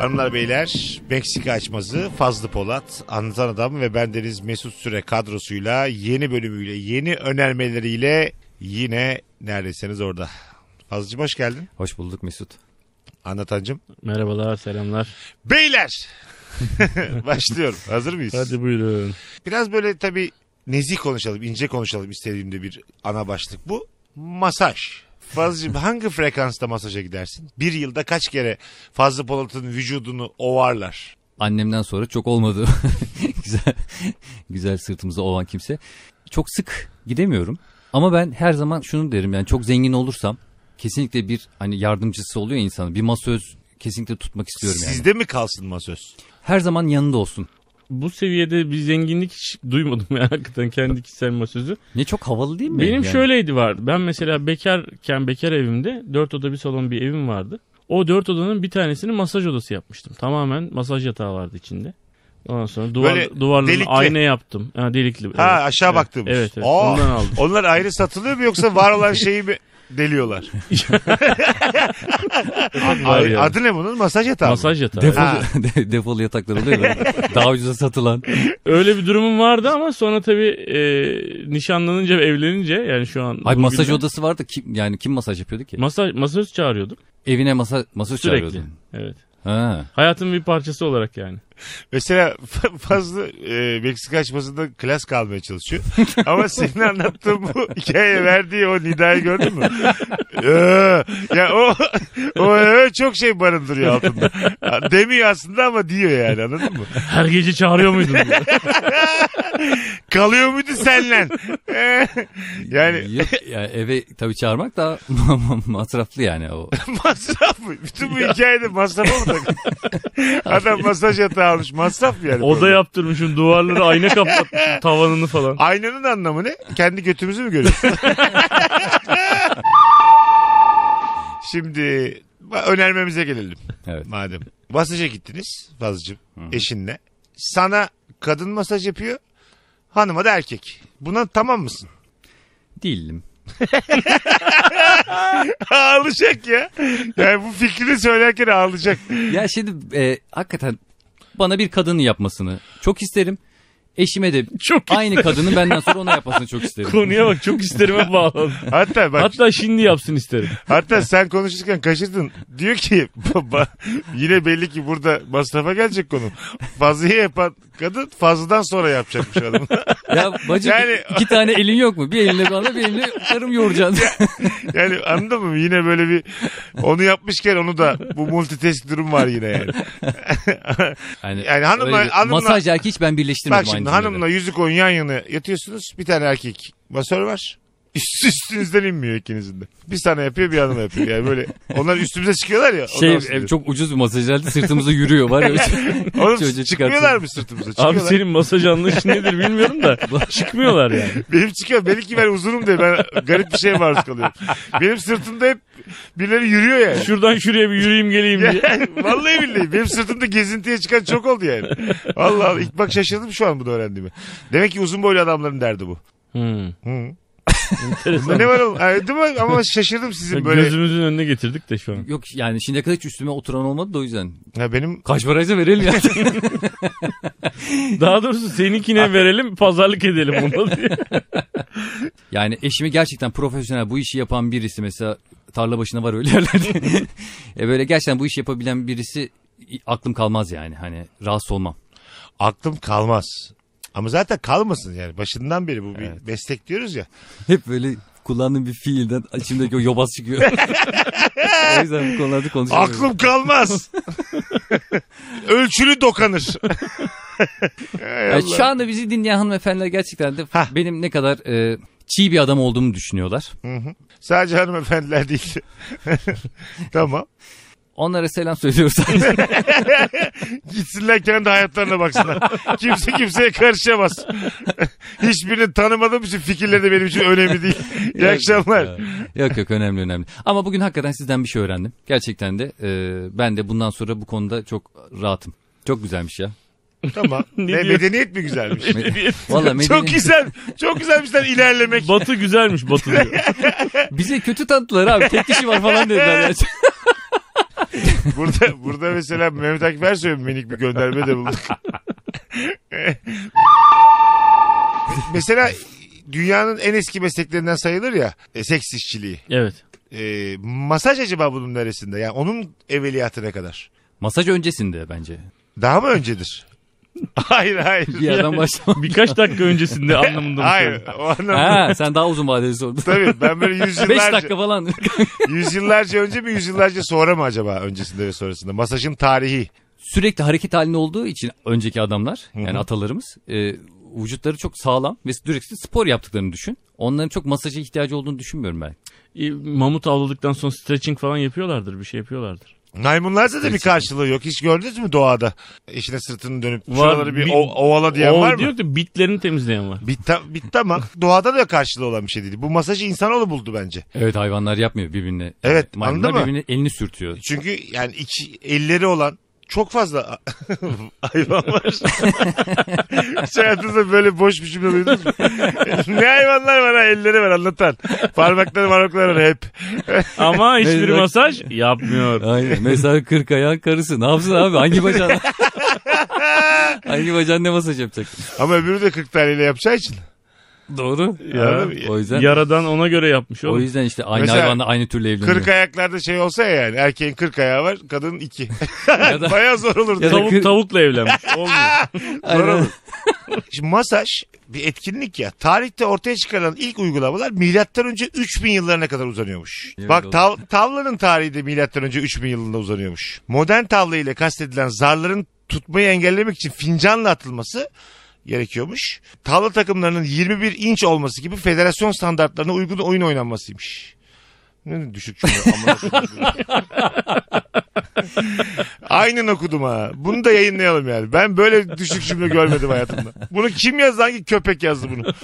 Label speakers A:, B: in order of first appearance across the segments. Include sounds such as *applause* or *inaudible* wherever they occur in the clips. A: Hanımlar beyler Meksika açması Fazlı Polat anlatan adam ve bendeniz Mesut Süre kadrosuyla yeni bölümüyle yeni önermeleriyle yine neredesiniz orada. Fazlıcım hoş geldin.
B: Hoş bulduk Mesut.
A: Anlatancım.
C: Merhabalar, selamlar.
A: Beyler *laughs* başlıyorum. Hazır mıyız?
C: Hadi buyurun.
A: Biraz böyle tabii nezih konuşalım, ince konuşalım istediğimde bir ana başlık bu. Masaj. Fazlıcığım hangi frekansta masaja gidersin? Bir yılda kaç kere Fazlı Polat'ın vücudunu ovarlar?
B: Annemden sonra çok olmadı. *laughs* güzel güzel sırtımıza olan kimse. Çok sık gidemiyorum. Ama ben her zaman şunu derim yani çok zengin olursam kesinlikle bir hani yardımcısı oluyor insanın. Bir masöz kesinlikle tutmak istiyorum yani.
A: Sizde mi kalsın masöz?
B: Her zaman yanında olsun.
C: Bu seviyede bir zenginlik hiç duymadım ya hakikaten kendi kişisel masözü.
B: Ne çok havalı değil mi?
C: Benim
B: yani?
C: şöyleydi vardı. Ben mesela bekarken bekar evimde dört oda bir salon bir evim vardı. O dört odanın bir tanesini masaj odası yapmıştım. Tamamen masaj yatağı vardı içinde. Ondan sonra
A: Böyle
C: duvar, duvarlarına
A: delikli.
C: ayna yaptım. Ha, delikli.
A: Ha
C: evet.
A: aşağı
C: evet.
A: baktığımız.
C: Evet, evet.
A: Aa,
C: ondan aldım.
A: Onlar ayrı satılıyor mu yoksa var
C: *laughs*
A: olan şeyi mi deliyorlar?
C: Var
A: Ay,
C: yani.
A: Adı ne bunun? Masaj yatağı mı?
C: Masaj yatağı.
A: Ha.
B: Defol, *laughs* de- defol yataklar oluyor
C: *laughs*
B: ya. daha ucuza satılan.
C: Öyle bir durumum vardı ama sonra tabii e, nişanlanınca ve evlenince yani şu an.
B: Ay
C: bunu
B: masaj
C: bilmem-
B: odası vardı kim yani kim masaj yapıyordu ki?
C: Masaj, masaj çağırıyordum
B: Evine masa masaj
C: sürekli.
B: çağırıyordun.
C: Evet.
B: Ha.
C: Hayatın bir parçası olarak yani.
A: Mesela fa- fazla e, Meksika açmasında klas kalmaya çalışıyor. Ama senin anlattığın
C: *laughs*
A: bu hikayeye verdiği o nidayı gördün mü? Ee, ya o, o ee çok şey barındırıyor
C: *laughs*
A: altında. Demiyor aslında ama diyor yani anladın mı?
C: Her gece çağırıyor muydun? diyor.
A: Kalıyor muydu
C: *laughs*
A: senle? Ee, yani
B: Yok, yani eve tabii çağırmak daha *laughs* masraflı yani o.
A: masraf mı? Bütün bu hikayede masrafa mı *laughs* takıldı? Adam masaj yatağı almış. Masraf mı yani?
C: Oda yaptırmışım duvarları ayna kapatmışım tavanını falan.
A: Aynanın anlamı ne? Kendi götümüzü mü görüyoruz? *laughs* Şimdi önermemize gelelim *laughs*
B: Evet.
A: madem. Masaja gittiniz Fazlıcığım eşinle. Sana kadın masaj yapıyor. Hanıma da erkek. Buna tamam mısın?
B: Değilim.
A: *laughs* ağlayacak ya. Yani bu fikrini söylerken ağlayacak.
B: Ya şimdi e, hakikaten bana bir kadının yapmasını çok isterim.
A: *laughs*
B: Eşime de
C: Çok
B: aynı kadının benden sonra ona yapmasını çok isterim.
C: Konuya bak çok isterime bağlandı.
A: Hatta bak
C: Hatta şimdi yapsın isterim.
A: Hatta sen konuşurken kaçırdın. Diyor ki baba yine belli ki burada masrafa gelecek konu. Fazlıyı yapan kadın fazladan sonra yapacakmış adam.
B: Ya bacı
A: Yani-
B: iki tane elin yok mu? Bir elinle bana bir elinle karım yoğuracaksın.
A: *laughs* Yani anladın mı? Yine böyle bir onu yapmışken onu da bu multitask durum var yine yani.
B: *laughs* Yani,
A: Yani hanımla-
B: öyle bir-
A: hanımla-
B: Masaj erkek hiç ben birleştirmedim
A: Bak
B: aynı
A: şimdi
B: cümlede.
A: hanımla yüzük oyun yan yana yatıyorsunuz. Bir tane erkek masör var. *laughs* Üst, üstünüzden inmiyor ikinizin de. Bir sana yapıyor bir hanıma yapıyor. Yani böyle onlar üstümüze çıkıyorlar ya.
B: Şey
A: ondan bahsediyorum.
B: e, çok ucuz bir masaj herhalde sırtımıza yürüyor
A: *laughs*
B: var ya.
A: Oğlum çıkmıyorlar
B: çocuğu çıkartıyor.
A: mı sırtımıza? Çıkıyorlar.
C: Abi senin masaj anlayışın nedir bilmiyorum da çıkmıyorlar yani.
A: Benim çıkıyor. Belki ben uzunum diye ben garip bir şeye maruz kalıyorum. Benim sırtımda hep birileri yürüyor yani.
C: Şuradan şuraya bir yürüyeyim geleyim diye.
A: Yani Vallahi billahi benim sırtımda gezintiye çıkan çok oldu yani. Allah Allah ilk bak şaşırdım şu an bunu öğrendiğime. Demek ki uzun boylu adamların derdi bu.
C: Hmm.
A: Hı.
C: Enteresan.
A: Ne var oğlum? Ha, değil mi? Ama şaşırdım sizin böyle.
C: Hmm. Gözümüzün önüne getirdik de şu an.
B: Yok yani şimdiye kadar hiç üstüme oturan olmadı da o yüzden.
A: Ha, benim
B: Kaç paraysa verelim
A: *laughs*
B: ya.
C: Daha doğrusu seninkine verelim pazarlık edelim ona diye.
B: Yani eşimi gerçekten profesyonel bu işi yapan birisi mesela tarla başına var öyle *laughs* yerlerde. e böyle gerçekten bu işi yapabilen birisi aklım kalmaz yani hani rahatsız olmam.
A: aklım kalmaz. Ama zaten kalmasın yani. Başından beri bu bir meslek diyoruz ya.
B: Hep böyle kullandığım bir fiilden içimdeki o yobaz *laughs* çıkıyor. o yüzden bu konularda konuşamıyorum.
A: Aklım kalmaz. Ölçülü dokanır. Ey
B: Yani
A: Allah.
B: E, şu anda bizi dinleyen hanımefendiler gerçekten de
A: Hah.
B: benim ne kadar e, çiğ bir adam olduğumu düşünüyorlar.
A: Sadece hanımefendiler değil. tamam.
B: Onlara selam *laughs* söylüyoruz.
A: Gitsinler kendi hayatlarına baksınlar. Kimse kimseye karışamaz. Hiçbirini tanımadığım için fikirleri de benim için önemli değil. İyi akşamlar.
B: yok yok önemli önemli. Ama bugün hakikaten sizden bir şey öğrendim. Gerçekten de e, ben de bundan sonra bu konuda çok rahatım. Çok güzelmiş ya.
A: tamam.
C: Ne
A: Ne,
C: diyor?
A: medeniyet mi güzelmiş? *laughs*
B: Vallahi
A: Çok
B: *laughs* medeni-
A: güzel. Çok güzelmişler ilerlemek.
C: Batı güzelmiş Batı diyor.
B: bize kötü tanıttılar abi. Tek kişi var falan dediler. ya.
A: Burada burada mesela Mehmet Akif Ersoy'a minik bir gönderme de bulduk. mesela dünyanın en eski mesleklerinden sayılır ya e, seks işçiliği.
C: Evet.
A: E, masaj acaba bunun neresinde? Yani onun evveliyatı ne kadar?
B: *laughs* Masaj öncesinde bence.
A: Daha mı öncedir? *laughs* hayır hayır.
B: Bir yerden başlamam.
C: Birkaç dakika öncesinde anlamında
A: *laughs*
C: mı
A: hayır
C: söyledin?
A: o anlamda.
B: ha, sen daha uzun vadeli sordun. *laughs*
A: Tabii ben böyle
B: 5
A: yüzyıllarca,
B: dakika falan. *laughs*
A: yüzyıllarca önce mi yüzyıllarca sonra mı acaba öncesinde ve sonrasında? Masajın tarihi.
B: Sürekli hareket halinde olduğu için önceki adamlar
A: Hı hı.
B: yani atalarımız e, vücutları çok sağlam ve sürekli spor yaptıklarını düşün. Onların çok masaja ihtiyacı olduğunu düşünmüyorum ben.
C: E, Mamut avladıktan sonra stretching falan yapıyorlardır. Bir şey yapıyorlardır.
A: Maymunlarda da bir karşılığı yok. Hiç gördünüz mü doğada? İşine sırtını dönüp
C: Var,
A: şuraları bir,
C: bir-
A: o- ovala diyen
C: o
A: var mı?
C: diyor ki bitlerini temizleyen var.
A: Bitti, bitti ama doğada da karşılığı olan bir şey değil. Bu masajı insanoğlu buldu bence.
B: Evet hayvanlar yapmıyor birbirine.
A: Evet,
B: Maymunlar
A: anladın mı?
B: birbirine elini sürtüyor.
A: Çünkü yani iki elleri olan çok fazla *laughs* hayvan var. Hiç hayatınızda böyle boş bir cümle duydunuz mu? ne hayvanlar var ha elleri var anlatan. Parmakları parmakları var hep.
C: Ama hiçbir
B: Mezar-
C: masaj yapmıyor.
B: Aynen. Mesela kırk ayağın karısı. Ne yapsın abi? Hangi
A: *laughs*
B: bacağına? Hangi bacağına ne masaj yapacak?
A: Ama öbürü de 40 taneyle yapacağı için.
B: Doğru.
A: Ya,
B: o yüzden
C: Yaradan ona göre yapmış
B: o
C: oğlum.
B: yüzden işte aynı
A: Mesela
B: hayvanla aynı türle evleniyor.
A: 40 ayaklarda şey olsa ya yani erkeğin 40 ayağı var kadının 2.
B: Ya
A: *laughs*
B: da-
A: Bayağı zor olurdu.
B: Ya da
C: Tavuk
B: kır-
C: tavukla evlenmiş. Olmuyor.
A: Zor
B: Aynen.
A: olur. Şimdi masaj bir etkinlik ya. Tarihte ortaya çıkarılan ilk uygulamalar milattan önce 3000 yıllarına kadar uzanıyormuş.
B: Evet,
A: Bak
B: doğru.
A: tav- tavlanın tarihi de milattan önce 3000 yılında uzanıyormuş. Modern tavla ile kastedilen zarların tutmayı engellemek için fincanla atılması gerekiyormuş. Tavla takımlarının 21 inç olması gibi federasyon standartlarına uygun oyun oynanmasıymış. Ne düşük cümle, amına koyayım. Aynen okudum ha. Bunu da yayınlayalım yani. Ben böyle düşük cümle görmedim hayatımda. Bunu kim yazdı? Hangi köpek yazdı bunu?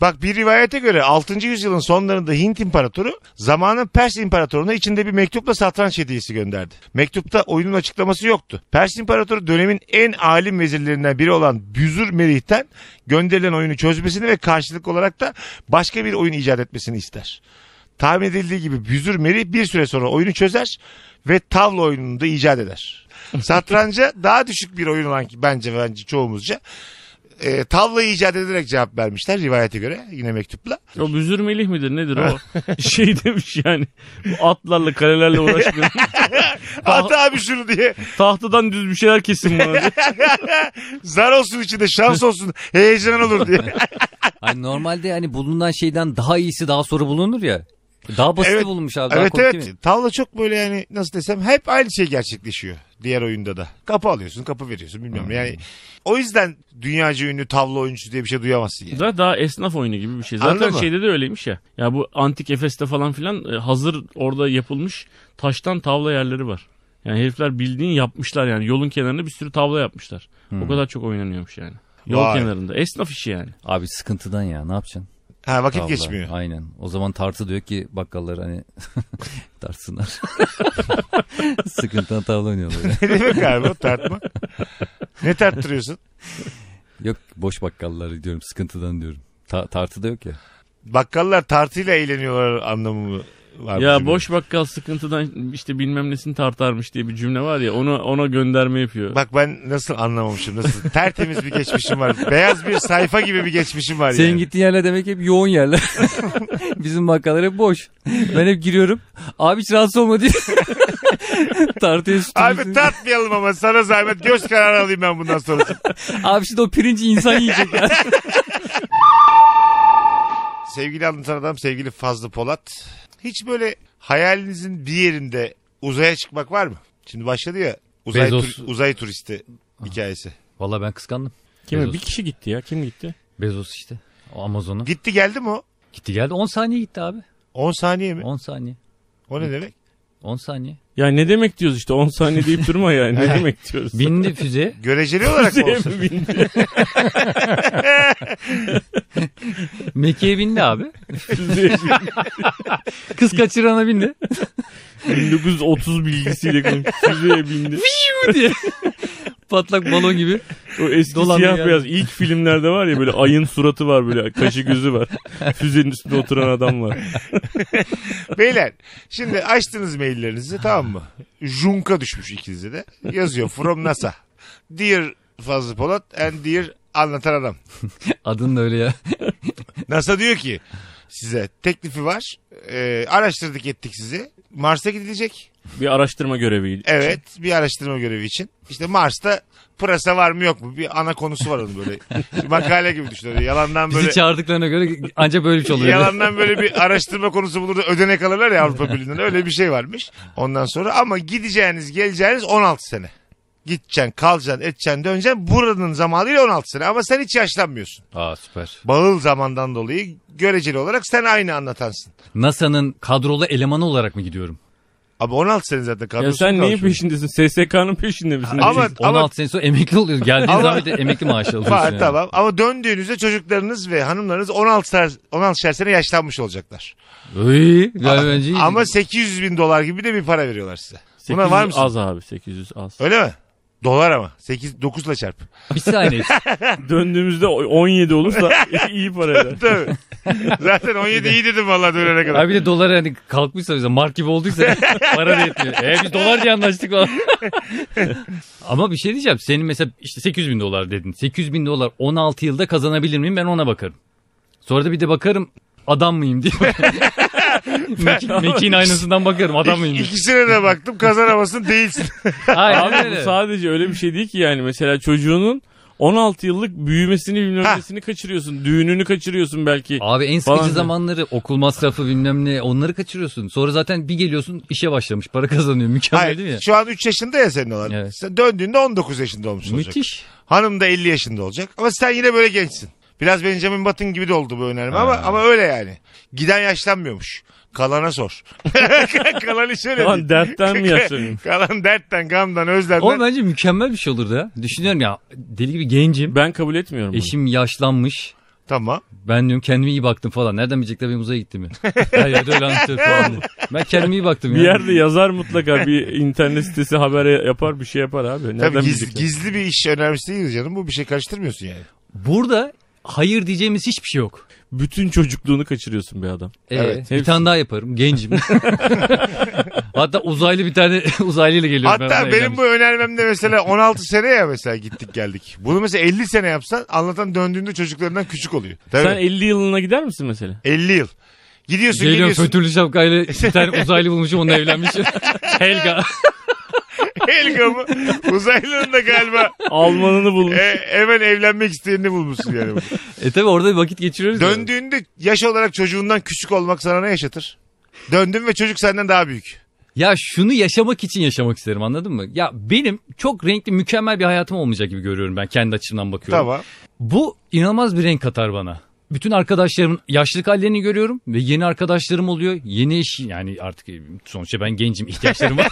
A: Bak bir rivayete göre 6. yüzyılın sonlarında Hint imparatoru zamanın Pers imparatoruna içinde bir mektupla satranç hediyesi gönderdi. Mektupta oyunun açıklaması yoktu. Pers imparatoru dönemin en alim vezirlerinden biri olan Büzür Merih'ten gönderilen oyunu çözmesini ve karşılık olarak da başka bir oyun icat etmesini ister. Tahmin edildiği gibi Büzür Merih bir süre sonra oyunu çözer ve tavla oyununu da icat
B: *laughs*
A: eder. Satranca daha düşük bir oyun olan ki bence bence çoğumuzca e, tavlayı icat ederek cevap vermişler rivayete göre yine
B: *laughs*
A: mektupla.
C: O büzür melih midir nedir o? şey demiş yani. Bu atlarla kalelerle uğraşmıyor.
A: At abi şunu diye
C: Tahtadan düz bir şeyler kesin bana. diye.
A: zar olsun içinde şans olsun *laughs* heyecan olur
B: *laughs*
A: diye.
B: Hani normalde hani bulunan şeyden daha iyisi daha sonra bulunur ya. Daha basit
A: Evet.
B: bulunmuş abi. Daha
A: evet
B: komik
A: evet
B: değil mi?
A: tavla çok böyle yani nasıl desem hep aynı şey gerçekleşiyor diğer oyunda da. Kapı alıyorsun kapı veriyorsun
B: Hmm.
A: bilmiyorum yani. O yüzden dünyaca ünlü tavla oyuncusu diye bir şey duyamazsın yani.
C: Daha, daha esnaf oyunu gibi bir şey. Zaten
A: Anladın mı?
C: şeyde de öyleymiş ya. Ya bu antik Efes'te falan filan e, hazır orada yapılmış taştan tavla yerleri var. Yani herifler bildiğin yapmışlar yani. Yolun kenarına bir sürü tavla yapmışlar. O kadar çok oynanıyormuş yani. Yol
A: Vay.
C: kenarında. Esnaf işi yani.
B: Abi sıkıntıdan ya ne yapacaksın?
A: Ha vakit
B: Vallahi,
A: geçmiyor.
B: Aynen. O zaman tartı diyor ki bakkallar hani *laughs*
A: *laughs*
B: tartsınlar. Sıkıntıdan tavla oynuyorlar. ya.
A: ne demek abi o tartma? Ne tarttırıyorsun?
B: yok boş bakkallar diyorum sıkıntıdan diyorum. Ta- tartı da yok ya.
A: Bakkallar tartıyla eğleniyorlar anlamı mı var? bu
C: Ya
A: cümlenin?
C: boş bakkal sıkıntıdan işte bilmem nesini tartarmış diye bir cümle var ya ona ona gönderme yapıyor.
A: Bak ben nasıl anlamamışım nasıl tertemiz bir geçmişim var. Beyaz bir sayfa gibi bir geçmişim var
B: Senin
A: yani.
B: gittiğin yerler demek hep yoğun yerler. *laughs* Bizim bakkallar hep boş. Ben hep giriyorum. Abi hiç rahatsız olma diye. *laughs* Tartıya sütümüzü-
A: Abi tartmayalım ama sana zahmet göz kararı alayım ben bundan sonrası.
B: Abi şimdi o pirinci insan yiyecek *laughs* ya.
A: sevgili anlatan adam sevgili Fazlı Polat. Hiç böyle hayalinizin bir yerinde uzaya çıkmak var mı? Şimdi başladı ya uzay,
B: Bezos.
A: tur- uzay turisti hikayesi.
B: Valla ben kıskandım.
C: Kim
B: Bezos.
C: bir kişi gitti ya kim gitti?
B: Bezos işte. O Amazon'a.
A: Gitti geldi mi o?
B: Gitti geldi. 10 saniye gitti abi.
A: 10 saniye mi?
B: 10 saniye.
A: O ne demek?
B: 10 saniye.
C: Ya ne demek diyoruz işte 10 saniye deyip durma yani ne demek diyoruz.
B: Bindi *laughs* füze.
A: Göreceli olarak mı olsun?
B: Mekke'ye bindi abi. Kız kaçırana bindi. *laughs*
C: 1930 bilgisiyle konuşuyor. Füzeye bindi.
B: diye. Patlak balon gibi.
C: O eski
B: Dolandı
C: siyah
B: yani.
C: beyaz ilk filmlerde var ya böyle ayın suratı var böyle kaşı gözü var. Füzenin üstünde oturan adam var.
A: Beyler şimdi açtınız maillerinizi tamam mı? Junka düşmüş ikinize de. Yazıyor from NASA. Dear Fazlı Polat and dear anlatan adam.
B: Adın da öyle ya.
A: NASA diyor ki size teklifi var. Ee, araştırdık ettik sizi. Mars'a gidilecek.
C: Bir araştırma görevi.
A: Evet bir araştırma görevi için. İşte Mars'ta pırasa var mı yok mu? Bir ana konusu var onun böyle. Makale gibi düşünüyor. Yalandan
B: Bizi
A: böyle...
B: çağırdıklarına göre ancak böyle bir şey oluyor.
A: Yalandan böyle bir araştırma konusu bulur da ödenek alırlar ya Avrupa Birliği'nden. Öyle bir şey varmış. Ondan sonra ama gideceğiniz geleceğiniz 16 sene. Gideceksin, kalacaksın, edeceksin, döneceksin. Buranın zamanıyla 16 sene. Ama sen hiç yaşlanmıyorsun.
B: Aa süper.
A: Bağıl zamandan dolayı göreceli olarak sen aynı anlatansın.
B: NASA'nın kadrolu elemanı olarak mı gidiyorum?
A: Abi 16 sene zaten
C: Ya
A: kadrosun.
C: sen neyin peşindesin? SSK'nın peşinde misin?
A: Ama-
B: Siz 16 sene sonra emekli oluyoruz. Geldiğin
A: Ama-
B: zaman bir de emekli maaşı alıyorsun.
A: Var,
B: yani.
A: tamam. Ama döndüğünüzde çocuklarınız ve hanımlarınız 16 ser, 16 şer sene yaşlanmış olacaklar.
B: Iy, ben bence iyi.
A: Ama 800 bin dolar gibi de bir para veriyorlar size. Buna var
C: 800
A: mısın?
C: Az abi 800 az.
A: Öyle mi? Dolar ama. 8 9 ile çarp.
B: bir saniye.
C: Döndüğümüzde o-
A: *laughs*
C: 17 olursa iyi para eder.
A: *laughs* Tabii. Zaten 17 iyi dedim vallahi dönene kadar.
B: Abi bir de dolar hani kalkmışsa bize mark gibi
A: *laughs*
B: olduysa para da yetmiyor. E biz dolar diye anlaştık falan. *laughs* Ama bir şey diyeceğim. Senin mesela işte 800 bin dolar dedin. 800 bin dolar 16 yılda kazanabilir miyim ben ona bakarım. Sonra da bir de bakarım adam
A: *laughs*
B: mıyım diye. Mekin, Mekin aynasından bakarım adam mıyım diye.
A: İkisine de baktım kazanamasın
B: *laughs*
A: değilsin.
B: Aynen
C: Abi bu
B: öyle.
C: sadece öyle bir şey değil ki yani. Mesela çocuğunun 16 yıllık büyümesini bilmem
A: Ha.
C: nesini kaçırıyorsun. Düğününü kaçırıyorsun belki.
B: Abi en
C: Falan
B: sıkıcı
C: diyor.
B: zamanları okul masrafı bilmem ne onları kaçırıyorsun. Sonra zaten bir geliyorsun işe başlamış para kazanıyor mükemmel değil mi?
A: Hayır, şu an 3 yaşında ya senin olan.
B: Evet.
A: Sen döndüğünde 19 yaşında olmuş şey olacak.
B: Müthiş.
A: Hanım da 50 yaşında olacak. Ama sen yine böyle gençsin. Biraz Benjamin Button gibi de oldu bu önerme ama ama öyle yani. Giden yaşlanmıyormuş. Kalana sor. *laughs* Kalan hiç öyle
C: Lan
A: değil.
C: dertten
A: *laughs*
C: mi yaşlanıyorsun?
A: Kalan dertten, gamdan, özlemden.
B: Ama bence mükemmel bir şey olur da. Düşünüyorum ya deli gibi gencim.
C: Ben kabul etmiyorum bunu.
B: Eşim yaşlanmış.
A: Tamam.
B: Ben diyorum kendime iyi baktım falan. Nereden bilecekler benim uzaya gittiğimi? Her yerde öyle anlatıyor falan. diye. Ben kendime iyi baktım
C: Bir
B: yani.
C: yerde yazar mutlaka bir internet sitesi haber yapar bir şey yapar abi. Nereden
A: Tabii giz-
C: bilecekler?
A: gizli bir iş önermesi değil canım. Bu bir şey karıştırmıyorsun yani.
B: Burada hayır diyeceğimiz hiçbir şey yok.
C: Bütün çocukluğunu kaçırıyorsun bir adam.
B: Ee,
A: Evet,
B: bir
C: hepsi.
B: tane daha yaparım. Gencim. Hatta uzaylı bir tane *laughs* uzaylıyla geliyorum. ben
A: Hatta
B: ona
A: benim
B: evlenmiş.
A: bu önermemde
B: *laughs*
A: mesela 16 sene ya mesela gittik geldik. Bunu mesela 50 sene yapsan anlatan döndüğünde çocuklarından küçük oluyor. Tabii.
C: Sen 50 yılına gider
A: *laughs*
C: misin mesela?
A: 50 yıl. Gidiyorsun
B: Geliyorum
A: geliyorsun. *laughs*
B: fötürlü şapkayla bir tane uzaylı bulmuşum onunla evlenmişim. Helga.
A: Helga mı? Uzaylının da galiba
C: Almanını bulmuş.
A: e, hemen evlenmek isteyenini bulmuşsun yani.
B: *laughs* E tabi orada bir vakit geçiriyoruz. ya.
A: Döndüğünde yaş olarak çocuğundan küçük olmak sana ne yaşatır? Döndün ve çocuk senden daha büyük.
B: Ya şunu yaşamak için yaşamak isterim anladın mı? Ya benim çok renkli mükemmel bir hayatım olmayacak gibi görüyorum ben kendi açımdan bakıyorum.
A: Tamam.
B: Bu inanılmaz bir renk katar bana. Bütün arkadaşlarımın yaşlılık hallerini görüyorum ve yeni arkadaşlarım oluyor. Yeni iş yani artık e, sonuçta ben gencim
A: *laughs*
B: ihtiyaçlarım var.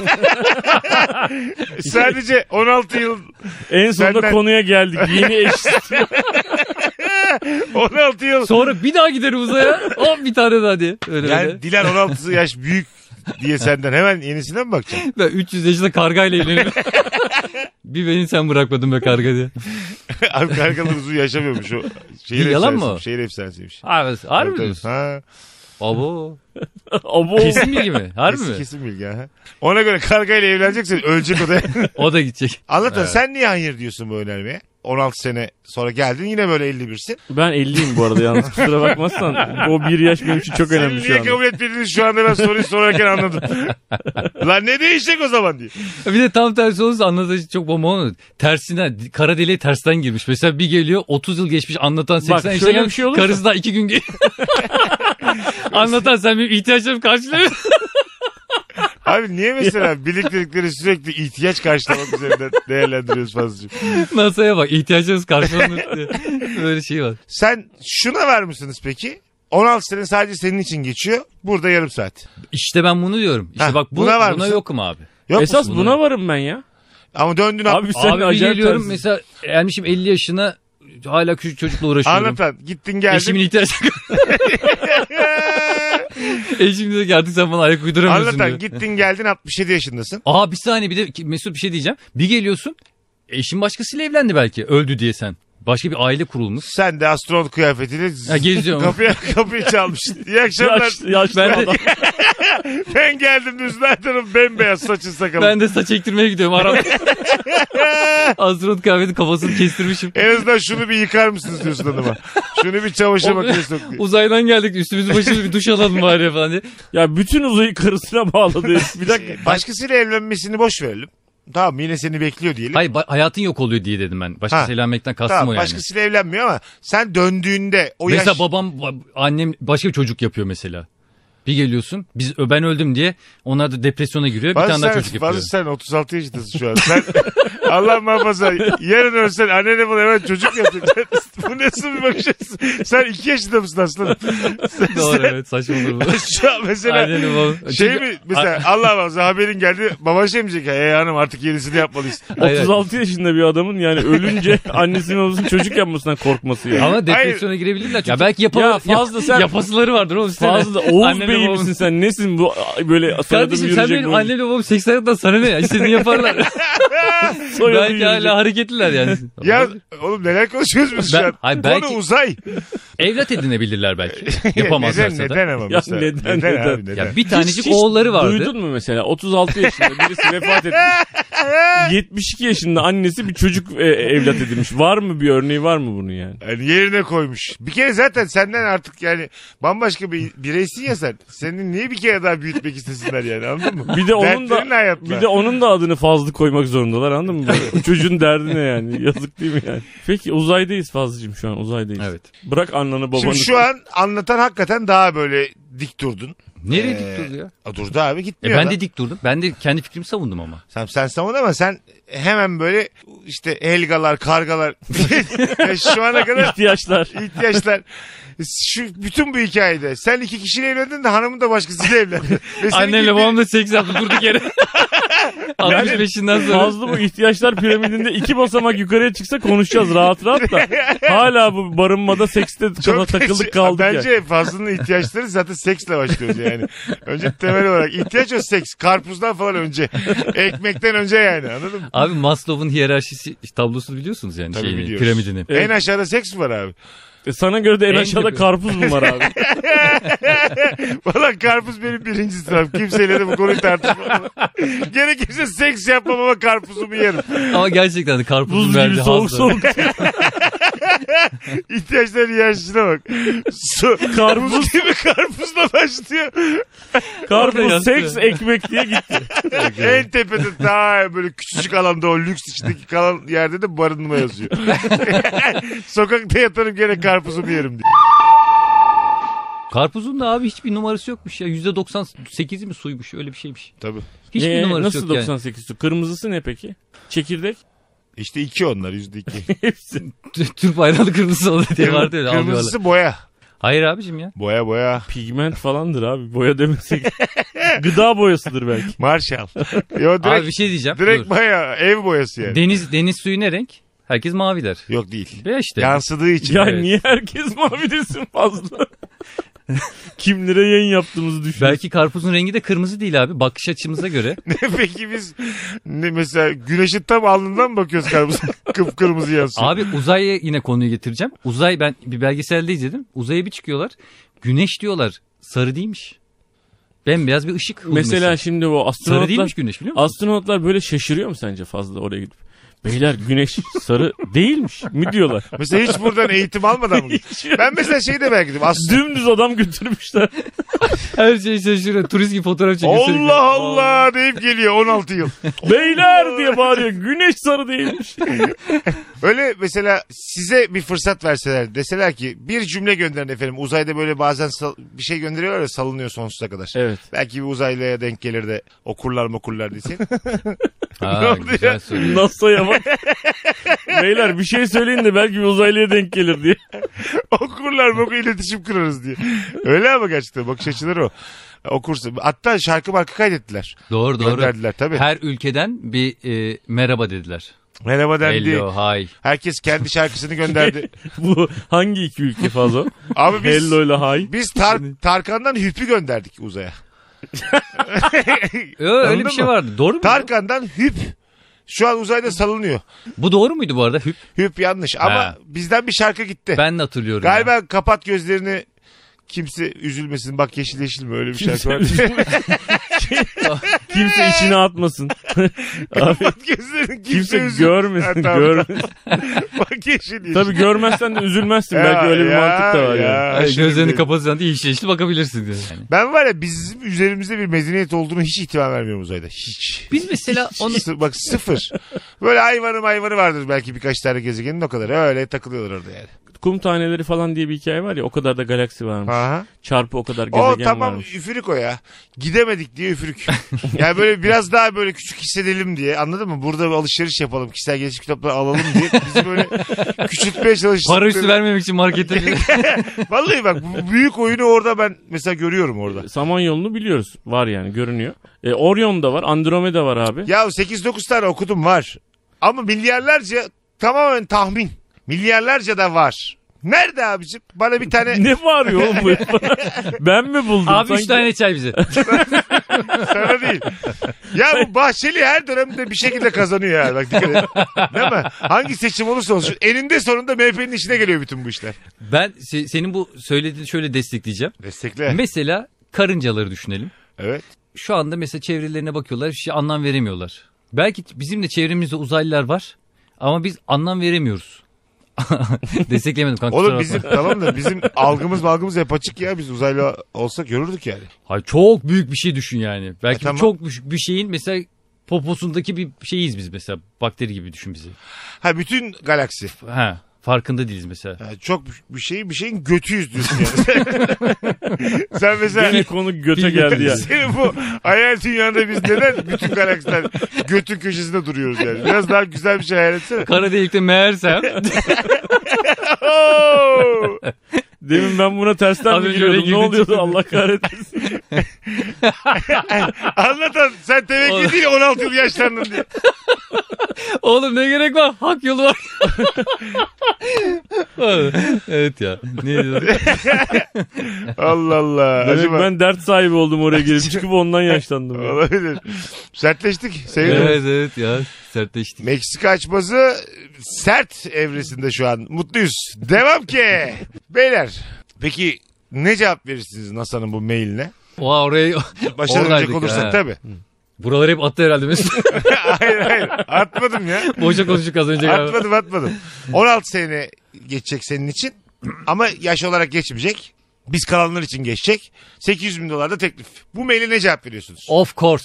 A: E, Sadece 16 yıl
C: En sonunda
A: E, Senden-
C: konuya geldik. Yeni eş.
A: *laughs* 16 yıl
B: Sonra bir daha gider uzaya. Hop bir tane daha diye. Öyle öyle.
A: yani Dilan 16 yaş büyük diye senden hemen yenisine mi bakacaksın?
B: Ben 300 yaşında kargayla
A: *laughs*
B: evlenirim. bir beni sen bırakmadın be karga diye.
A: Abi kargalar uzun yaşamıyormuş o. Şehir
B: Yalan mı?
A: efsanesi- Şehir efsanesiymiş.
B: Harbi, harbi mi
A: Tabii,
B: diyorsun?
A: Ha,
B: Abo.
C: Abo.
B: Kesin bilgi mi? Harbi
A: kesin,
B: mi?
A: kesin bilgi. Ha. Ona göre kargayla evleneceksen ölecek
B: *laughs*
A: o da.
B: O da gidecek.
A: Anlatan
B: Evet.
A: sen niye hayır diyorsun bu önermeye? 16 sene sonra geldin yine böyle 51'sin.
C: Ben 50'yim bu arada yalnız kusura bakmazsan. O bir yaş benim için çok önemli
A: Senin
C: şu
A: niye
C: an.
A: kabul etmediğini şu anda ben soruyu sorarken
B: *laughs*
A: anladım. Lan ne değişecek o zaman diye.
B: Bir de tam tersi olursa anlatıcı çok bomba olmadı. Tersine kara deliğe tersten girmiş. Mesela bir geliyor 30 yıl geçmiş anlatan 80 yaşında
C: şöyle bir
B: gelmiş,
C: şey olursa-
B: Karısı da 2 gün geliyor. anlatan sen benim ihtiyaçlarımı karşılamıyorsun.
A: Abi niye mesela birliktelikleri sürekli ihtiyaç karşılamak üzerinden değerlendiriyoruz fazlacığım?
B: NASA'ya bak ihtiyaçlarımız karşılanır diye. Böyle şey var.
A: Sen şuna var mısınız peki? 16 sene sadece senin için geçiyor. Burada yarım saat.
B: İşte ben bunu diyorum. İşte
A: Heh,
B: bak bu,
A: buna
B: buna,
A: var mısın?
B: yokum abi.
A: Yok
C: Esas
A: musun?
C: buna varım ben ya.
A: Ama döndün
C: Abi sen
B: abi bir
C: acayip
B: geliyorum
C: tersin.
B: mesela ermişim 50 yaşına hala küçük çocukla uğraşıyorum.
A: anlatan gittin geldin. *laughs*
B: Eşimin ihtiyaçları. *laughs* Eşim dedi ki artık sen bana ayak uyduramıyorsun diyor.
A: Anlatan gittin geldin 67 yaşındasın.
B: Aa bir saniye bir de Mesut bir şey diyeceğim. Bir geliyorsun Eşin başkasıyla evlendi belki. Öldü diye sen. Başka bir aile kurulmuş.
A: Sen de astronot kıyafetiyle
B: Ya geziyor.
A: kapıya, kapıyı çalmışsın. İyi akşamlar.
C: Yaş,
B: *laughs*
C: yaşlı
B: Ben de,
C: adam.
A: Ben geldim düzler tarafı bembeyaz saçın sakalın.
B: ben de saç ektirmeye gidiyorum. Arap. *laughs* Astronot kahvenin kafasını kestirmişim.
A: En azından şunu bir yıkar mısınız diyorsun adama. Şunu bir çamaşır makinesi sok diye.
B: Uzaydan geldik üstümüzü başımızı bir duş alalım bari falan diye.
C: Ya bütün uzayı
B: *laughs*
C: karısına bağladı. Bir dakika.
A: Ee, Başkasıyla evlenmesini boş verelim. Tamam yine seni bekliyor diyelim.
B: Hayır ba- hayatın yok oluyor diye dedim ben. Başka
A: Ha.
B: selamekten kastım
A: tamam
B: o yani.
A: başkasıyla evlenmiyor ama sen döndüğünde o
B: mesela
A: yaş...
B: babam ba- annem başka bir çocuk yapıyor mesela. Bir geliyorsun biz ben öldüm diye onlar da depresyona giriyor bir tane daha çocuk yapıyor.
A: bazı sen 36 yaşındasın şu an. Sen, *laughs* Allah muhafaza yarın ölsen annene bunu hemen çocuk yapacak. *laughs* Bu nasıl bir bakış açısı? Sen 2 yaşında mısın aslında?
B: Doğru evet saçma olur bu.
A: *laughs* Şu an mesela
B: Aynen öyle.
A: şey
B: Çünkü-
A: mi mesela Allah muhafaza haberin geldi baba şey mi diyecek? Ey hanım artık yenisini
B: *laughs*
A: yapmalıyız.
B: Hayır,
C: 36 yaşında bir adamın
B: *laughs*
C: yani ölünce annesinin babasının çocuk yapmasından korkması yani.
B: Ama depresyona girebilirler çünkü. Ya belki yapa,
C: Ya fazla
B: yap-
C: sen-
B: yapasıları vardır oğlum. Sen-
C: *laughs* *laughs* Fazla Oğuz
B: Annemle
C: Bey
B: babam-
C: misin sen? Nesin bu böyle soyadım
B: Kardeşim sen
C: yürüyecek
B: benim
C: bu?
B: annemle babam 80 yıldan sana ne ya? İstediğini yaparlar.
C: Soyadı
B: belki
C: yürüyecek.
B: hala hareketliler yani.
A: Ya oğlum neler konuşuyoruz biz
B: Ben-
A: şu an?
B: Hayır,
A: Konu
B: belki-
A: uzay.
B: Evlat edinebilirler belki. Yapamazlarsa
A: neden,
B: da.
A: Neden ama
C: Ya
A: mesela?
C: neden, neden?
A: abi, neden?
B: Ya bir tanecik
C: Hiç- hiç
B: oğulları vardı.
C: Duydun mu mesela 36 yaşında birisi vefat etmiş. 72 yaşında annesi bir çocuk e, evlat edinmiş. Var mı bir örneği var mı bunun yani?
A: Yani yerine koymuş. Bir kere zaten senden artık yani bambaşka bir bireysin ya sen. Seni niye bir kere daha büyütmek istesinler yani anladın mı?
C: Bir de onun
A: Dertlerin
C: da
A: hayatla.
C: bir de onun da adını fazla koymak zorundalar anladın mı?
B: *laughs*
C: Bu Çocuğun derdi ne yani? Yazık değil mi yani? Peki uzaydayız Fazlıcığım şu an uzaydayız.
B: Evet.
C: Bırak ananı babanı.
A: Şimdi şu an anlatan hakikaten daha böyle dik durdun.
B: Nereye
A: Ee,
B: dik durdu ya?
A: A, durdu abi
B: E
A: gitmiyor.
B: ben
A: da.
B: de dik durdum. Ben de kendi fikrimi savundum ama.
A: Sen, sen savun ama sen hemen böyle işte helgalar, kargalar. *laughs* Ya şu ana kadar
C: ihtiyaçlar.
A: ihtiyaçlar. Şu bütün bu hikayede sen iki kişiyle evlendin de hanımın da başkasıyla evlendi. Ve senin gibi
B: Annemle babam da seks yaptı durduk yere. 65'inden sonra.
C: Fazla bu ihtiyaçlar piramidinde iki basamak yukarıya çıksa konuşacağız rahat rahat da. Hala bu barınmada sekste kafa takıldık kaldık ya.
A: Bence fazlının ihtiyaçları zaten seksle başlıyoruz yani. Önce temel olarak ihtiyaç o seks. Karpuzdan falan önce. Ekmekten önce yani anladın mı?
B: Abi Maslow'un hiyerarşisi tablosunu biliyorsunuz yani
A: Tabii
B: şeyini,
A: biliyoruz.
B: piramidini.
C: Evet.
A: En aşağıda seks mi var abi?
C: E sana göre de en
B: En
C: aşağıda
B: dibi.
C: karpuz mu
B: *laughs*
C: var abi?
A: Valla karpuz benim birinci sıram. Kimseyle de bu konuyu tartışmam. Gerekirse seks yapmam ama karpuzumu yerim.
B: Ama gerçekten de karpuzun
C: Buz gibi
B: verdiği
C: soğuk
B: hazla.
C: soğuk
A: İhtiyaçların yaşına bak. Su,
B: *laughs*
C: Karpuz.
A: karpuz gibi karpuzla başlıyor.
C: karpuz,
B: Orada
C: seks, ekmek diye gitti.
A: *laughs* en tepede daha böyle küçücük alanda o lüks içindeki kalan yerde de barınma
B: *laughs*
A: yazıyor. Sokakta yatarım gene karpuzumu yerim diye.
B: Karpuzun da abi hiçbir numarası yokmuş ya. %98'i mi suymuş öyle bir şeymiş.
A: Tabii.
B: Hiçbir
C: E,
B: numarası
C: nasıl
B: yok
C: 98 su? Kırmızısı ne peki? Çekirdek?
A: İşte iki onlar yüzde iki.
B: *laughs* yani. Türk bayrağı kırmızısı oldu diye vardı öyle alıyorlar.
A: Kırmızısı boya.
B: Hayır abicim ya.
A: Boya boya.
C: Pigment falandır abi. Boya demesek. Gıda boyasıdır belki.
A: Marshall. Yo direkt,
B: Abi bir şey diyeceğim.
A: direkt
B: Dur.
A: boya. Ev boyası yani.
B: Deniz deniz suyu ne renk? Herkes mavi der.
A: Yok değil.
B: Ve işte.
A: Yansıdığı için.
C: Ya
B: Evet.
C: niye herkes mavi desin fazla? Kimlere yayın yaptığımızı düşün.
B: Belki karpuzun rengi de kırmızı değil abi. Bakış açımıza göre.
A: *laughs* Peki biz ne, mesela güneşin tam alnından mı bakıyoruz karpuz?
B: *laughs*
A: Kıpkırmızı yansıyor.
B: Abi uzaya yine konuyu getireceğim. Uzay ben bir belgeselde izledim. Uzaya bir çıkıyorlar. Güneş diyorlar. Sarı değilmiş. Bembeyaz bir ışık. huzmesi.
C: Mesela şimdi bu
B: sarı
C: astronotlar
B: değilmiş güneş biliyor musun?
C: astronotlar böyle şaşırıyor mu sence fazla oraya gidip? Beyler güneş sarı değilmiş mi diyorlar?
A: Mesela hiç buradan eğitim almadan mı?
B: *laughs*
A: ben mesela şeyi de merak ettim. Astro-
C: Dümdüz adam götürmüşler.
B: Her şey şaşırıyor. Turist gibi fotoğraf çekiyor. sürekli.
A: Allah Allah deyip geliyor 16 yıl.
C: Beyler diye bağırıyor. Güneş sarı değilmiş.
A: Öyle mesela size bir fırsat verseler deseler ki bir cümle gönderin efendim. Uzayda böyle bazen sal- bir şey gönderiyorlar ya salınıyor sonsuza kadar.
C: Evet.
A: Belki bir uzaylıya denk gelir de okurlar mokurlar desin. *laughs* Ne
B: Ha,
A: oldu ya?
B: güzel söylüyor.
C: NASA'ya bak. Beyler bir şey söyleyin de belki bir uzaylıya denk gelir diye.
A: okurlar mokur iletişim kurarız diye. Öyle ama gerçekten bakış açıları o. Okursun. Hatta şarkı marka kaydettiler.
B: Doğru doğru.
A: Gönderdiler tabii.
B: Her ülkeden bir e, merhaba dediler.
A: Merhaba dendi.
B: Hello, hi.
A: Herkes kendi şarkısını gönderdi.
C: Bu hangi iki ülke fazla?
A: Abi biz...
C: Hello ile Hay.
A: Biz Tar- Tarkan'dan Hüp'ü gönderdik uzaya.
B: Ö, öyle
A: Anladın
B: bir şey
A: mı?
B: vardı. Doğru mu?
A: Tarkan'dan Hüp Şu an uzayda salınıyor.
B: Bu doğru muydu bu arada? Hüp.
A: Hüp yanlış ama
B: Ha.
A: bizden bir şarkı gitti.
B: Ben de hatırlıyorum.
A: Galiba
B: ya.
A: kapat gözlerini kimse üzülmesin bak yeşil yeşil mi öyle bir şarkı *laughs* var.
C: şey Kimse içine atmasın. Abi
A: kapat gözlerini kimse,
C: kimse
A: üzülmesin. Ha,
C: görmesin.
A: tamam. *laughs*
C: Gör...
A: bak yeşil yeşil.
C: Tabii görmezsen de üzülmezsin.
A: Ya,
C: Belki öyle bir
A: ya,
C: mantık da var
A: ya.
C: yani.
B: Ay,
A: Aşırı
B: gözlerini
A: bir-
B: kapatırsan da yeşil yeşil bakabilirsin diyor.
A: Ben var ya bizim üzerimizde bir medeniyet olduğunu hiç ihtimal vermiyorum uzayda. Hiç. *laughs*
B: Biz mesela onu
A: Sı- bak sıfır. Böyle hayvanı hayvanı vardır belki birkaç tane gezegenin o kadar. Öyle takılıyorlar orada yani.
C: Kum taneleri falan diye bir hikaye var ya o kadar da galaksi varmış.
A: Aha.
C: Çarpı o kadar gezegen
A: O tamam
C: varmış.
A: üfürük o ya. Gidemedik diye
C: *laughs*
A: üfürük. yani böyle biraz daha böyle küçük hissedelim diye anladın mı? Burada bir alışveriş yapalım. Kişisel gelişim kitapları alalım diye. Bizi
C: *laughs*
A: böyle küçültmeye çalıştık.
B: para üstü vermemek için markete
A: *laughs* Vallahi bak bu büyük oyunu orada ben mesela görüyorum orada.
C: Samanyolu'nu biliyoruz. Var yani görünüyor. E, Orion da var. Andromeda var abi.
A: Ya 8-9 tane okudum var. Ama milyarlarca tamamen tahmin. Milyarlarca da var. Nerede abicim? Bana bir tane
C: *laughs* Ne bağırıyor oğlum bu?
A: *laughs*
C: ben mi buldum?
B: Abi üç
C: Sanki-
B: tane çay bize.
A: sana değil. Ya bu Bahçeli her dönemde bir şekilde kazanıyor yani. Bak dikkat et. Değil mi? Hangi seçim olursa olsun eninde sonunda MHP'nin işine geliyor bütün bu işler.
B: Ben se- senin bu söylediğini şöyle destekleyeceğim.
A: Destekle.
B: Mesela karıncaları düşünelim.
A: Evet.
B: Şu anda mesela çevrelerine bakıyorlar hiçbir şey anlam veremiyorlar. Belki bizim de çevremizde uzaylılar var ama biz anlam veremiyoruz. *laughs* Desteklemedim kanka. kusura
A: Oğlum
B: bakma.
A: bizim tamam da bizim algımız malgımız hep açık ya. Biz uzaylı olsak görürdük yani.
B: Hayır, çok büyük bir şey düşün yani. Belki
A: E, tamam.
B: çok büyük bir şeyin mesela poposundaki bir şeyiz biz mesela. Bakteri gibi düşün bizi.
A: Ha bütün galaksi.
B: Ha, farkında değiliz mesela.
A: Ha, çok bir şey bir şeyin götüyüz diyorsun yani. *laughs* Sen mesela
C: Yine konu göte
B: Bilmiyorum.
C: geldi ya.
A: Senin bu hayal dünyanda biz neden bütün galaksiler götün köşesinde duruyoruz yani? Biraz daha güzel bir şey hayal
B: *laughs*
A: etsene.
B: Kara delikte meğersem *laughs*
A: Oo!
C: Demin ben buna tersten
B: Az
C: mi
B: önce oraya
C: giriyordum? Ne
B: girdin
C: oluyordu
B: çıktın.
C: Allah kahretsin.
A: Anlatan sen tevekkül
B: Oğlum.
A: değil 16 yıl yaşlandın diye.
B: Oğlum ne gerek var? Hak yolu var. *laughs* evet ya. Ne diyordun?
A: *laughs* Allah Allah.
C: Demek
A: Acaba...
C: ben dert sahibi
A: *laughs*
C: oldum oraya girip çıkıp ondan yaşlandım. ya.
A: Olabilir. Sertleştik. Sevgilim.
B: evet evet ya. Sertleştik.
A: Meksika açması sert evresinde şu an. Mutluyuz. Devam ki. Beyler. Peki ne cevap verirsiniz NASA'nın bu mailine?
B: Oha oraya
A: Başarılacak
B: Oradaydık, ha.
A: olursak
B: *laughs*
A: tabii. *laughs*
B: Buraları hep attı herhalde. Mesut.
A: hayır hayır. Atmadım ya.
B: Boşa konuştuk az önce galiba.
A: Atmadım atmadım. 16 sene geçecek senin için ama yaş olarak geçmeyecek. Biz kalanlar için geçecek. 800 bin dolar da teklif. Bu maile ne cevap veriyorsunuz? *laughs*
B: Of course.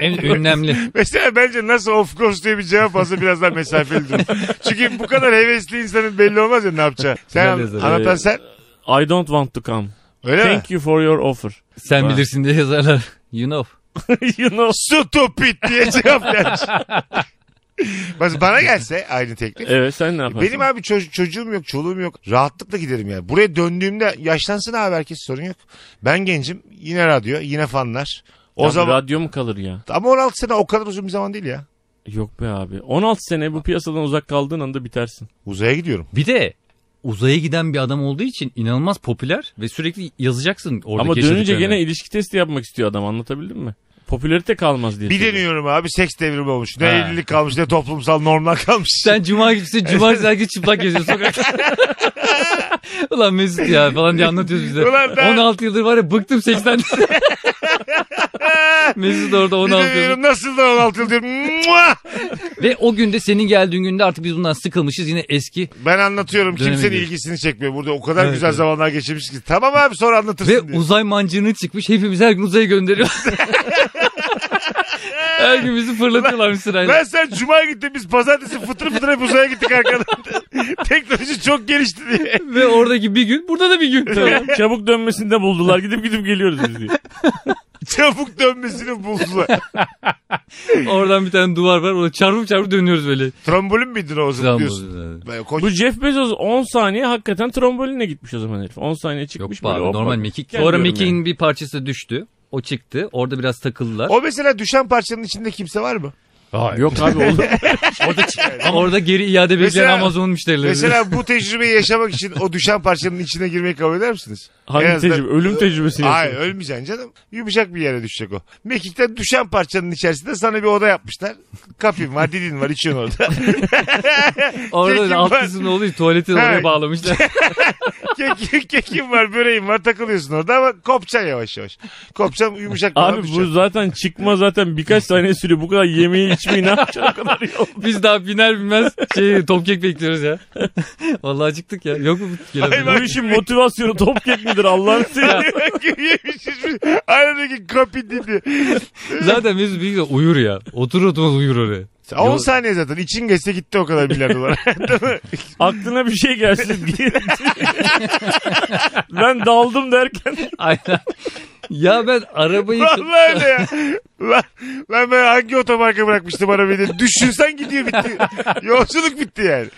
B: en, en önemli.
A: Mesela bence nasıl of course diye bir cevap alsa biraz daha mesafeli durur. Çünkü bu kadar hevesli insanın belli olmaz ya ne yapacağı. Sen
B: Güzel yazar,
A: anlatan
C: evet.
A: sen.
C: I don't want to come.
A: Öyle mi?
C: Thank you for
A: *laughs*
C: your offer.
B: Sen
C: Ha.
B: bilirsin diye yazarlar. You know.
C: you know.
A: Stupid diye cevap
B: *laughs*
A: vermiş. Bas- Bana gelse aynı teklif.
C: Evet sen ne yaparsın?
A: Benim abi ço- çocuğum yok, çoluğum yok. Rahatlıkla giderim yani. Buraya döndüğümde yaşlansın abi herkes sorun yok. Ben gencim. Yine radyo, yine fanlar. O
C: Ya bu
A: zaman
C: Radyo mu kalır ya?
A: ama 16 sene o kadar uzun bir zaman değil ya.
C: Yok be abi. 16 sene bu piyasadan uzak kaldığın anda bitersin.
A: Uzaya gidiyorum.
B: Bir de uzaya giden bir adam olduğu için inanılmaz popüler ve sürekli yazacaksın oradaki
C: Ama dönünce
B: yaşadıklarını.
C: gene ilişki testi yapmak istiyor adam anlatabildim mi? Popülarite kalmaz diye.
A: Bir
C: söylüyor.
A: deniyorum abi seks devrimi olmuş. Ne
B: Ha.
A: evlilik kalmış ne toplumsal normlar kalmış.
B: Sen cuma gitsin cuma herkes çıplak geziyor
C: *laughs*
B: sokakta. Ulan Mesut ya falan diye anlatıyoruz bize.
A: Ulan ben-
B: 16 yıldır var ya
A: *laughs*
B: bıktım 80. Mesut orada
A: Bir
B: 16 yıldır.
A: deniyorum nasıl da 16 yıl diyorum. Mua!
B: Ve o günde senin geldiğin günde artık biz bundan sıkılmışız yine eski.
A: Ben anlatıyorum
B: Dönemi
A: kimsenin
B: diyor.
A: ilgisini çekmiyor. Burada o kadar
B: Evet,
A: güzel
B: evet.
A: zamanlar geçirmiş ki. Tamam abi sonra anlatırsın
B: Ve
A: diye.
B: uzay mancınığı çıkmış hepimiz her gün uzaya gönderiyor. her gün bizi fırlatıyorlar bir sırayla.
A: Ben sen cuma gittin biz pazartesi fıtır fıtır hep uzaya gittik
B: *laughs*
A: arkadaşlar. Teknoloji çok gelişti diye.
B: Ve oradaki bir gün burada da bir gün.
C: Tamam, Çabuk dönmesini de buldular. Gidip gidip geliyoruz
A: *laughs*
C: biz diye.
A: Çabuk dönmesini buldular.
B: Oradan bir tane duvar var orada çarpıp çarpıp dönüyoruz böyle. e,
A: Trombolin miydin o zıplıyorsun? Böyle koş-
C: Bu Jeff Bezos 10 saniye hakikaten trombolinle gitmiş o zaman herif. 10 saniye
B: Yok
C: çıkmış.
B: be abi,
C: böyle, hoppa.
B: normal mekik.
C: Gel
B: Sonra
C: diyorum
B: mekiğin bir parçası düştü. O çıktı. Orada biraz takıldılar.
A: O mesela düşen parçanın içinde kimse var mı? Hayır.
C: Yok
A: *laughs*
C: abi olur.
B: Orada, ç- ama orada geri iade bekleyen
A: Mesela-
B: Amazon müşterileri.
A: Mesela bu tecrübeyi yaşamak için o düşen parçanın içine girmeyi kabul eder misiniz? En
C: Hangi
A: azından-
C: tecrübe? Ölüm tecrübesi.
A: Hayır
C: yaşıyor.
A: ölmeyeceksin canım. Yumuşak bir yere düşecek o. Mekik'ten düşen parçanın içerisinde sana bir oda yapmışlar. Kapin var, dilin var, içiyorsun orada.
B: *laughs* orada
A: Çekim
B: da alt
A: var.
B: kısmında oluyor tuvaleti de
A: Evet.
B: oraya bağlamışlar. *laughs*
A: Kek, kekin var, böreğin var, takılıyorsun orada ama kopacaksın yavaş yavaş. Kopacaksın yumuşak bir şey. alana
C: Abi bu
A: *laughs* düşeceksin.
C: zaten çıkma zaten birkaç saniye sürüyor. Bu kadar yemeği içmeyi ne yapacaksın o kadar yol.
B: Biz daha biner binmez şey topkek bekliyoruz ya. *laughs* Vallahi acıktık ya. Yok mu gelen?
C: Bu işin motivasyonu top kek
B: *laughs*
C: midir Allah'ını seversen?
A: Yemiş, içmiş. Aradaki kapin dili.
B: Zaten biz bir uyur ya. Otur oturmaz uyur oraya.
A: 10 saniye zaten. İçin geçse gitti o kadar milyar dolar. *laughs*
C: Aklına bir şey gelsin. *laughs* ben daldım derken
B: Aynen. Ya ben arabayı
A: Vallahi öyle ya. Lan, lan ben hangi otoparka bırakmıştım arabayı diye. Düşünsen gidiyor bitti. Yolculuk bitti yani.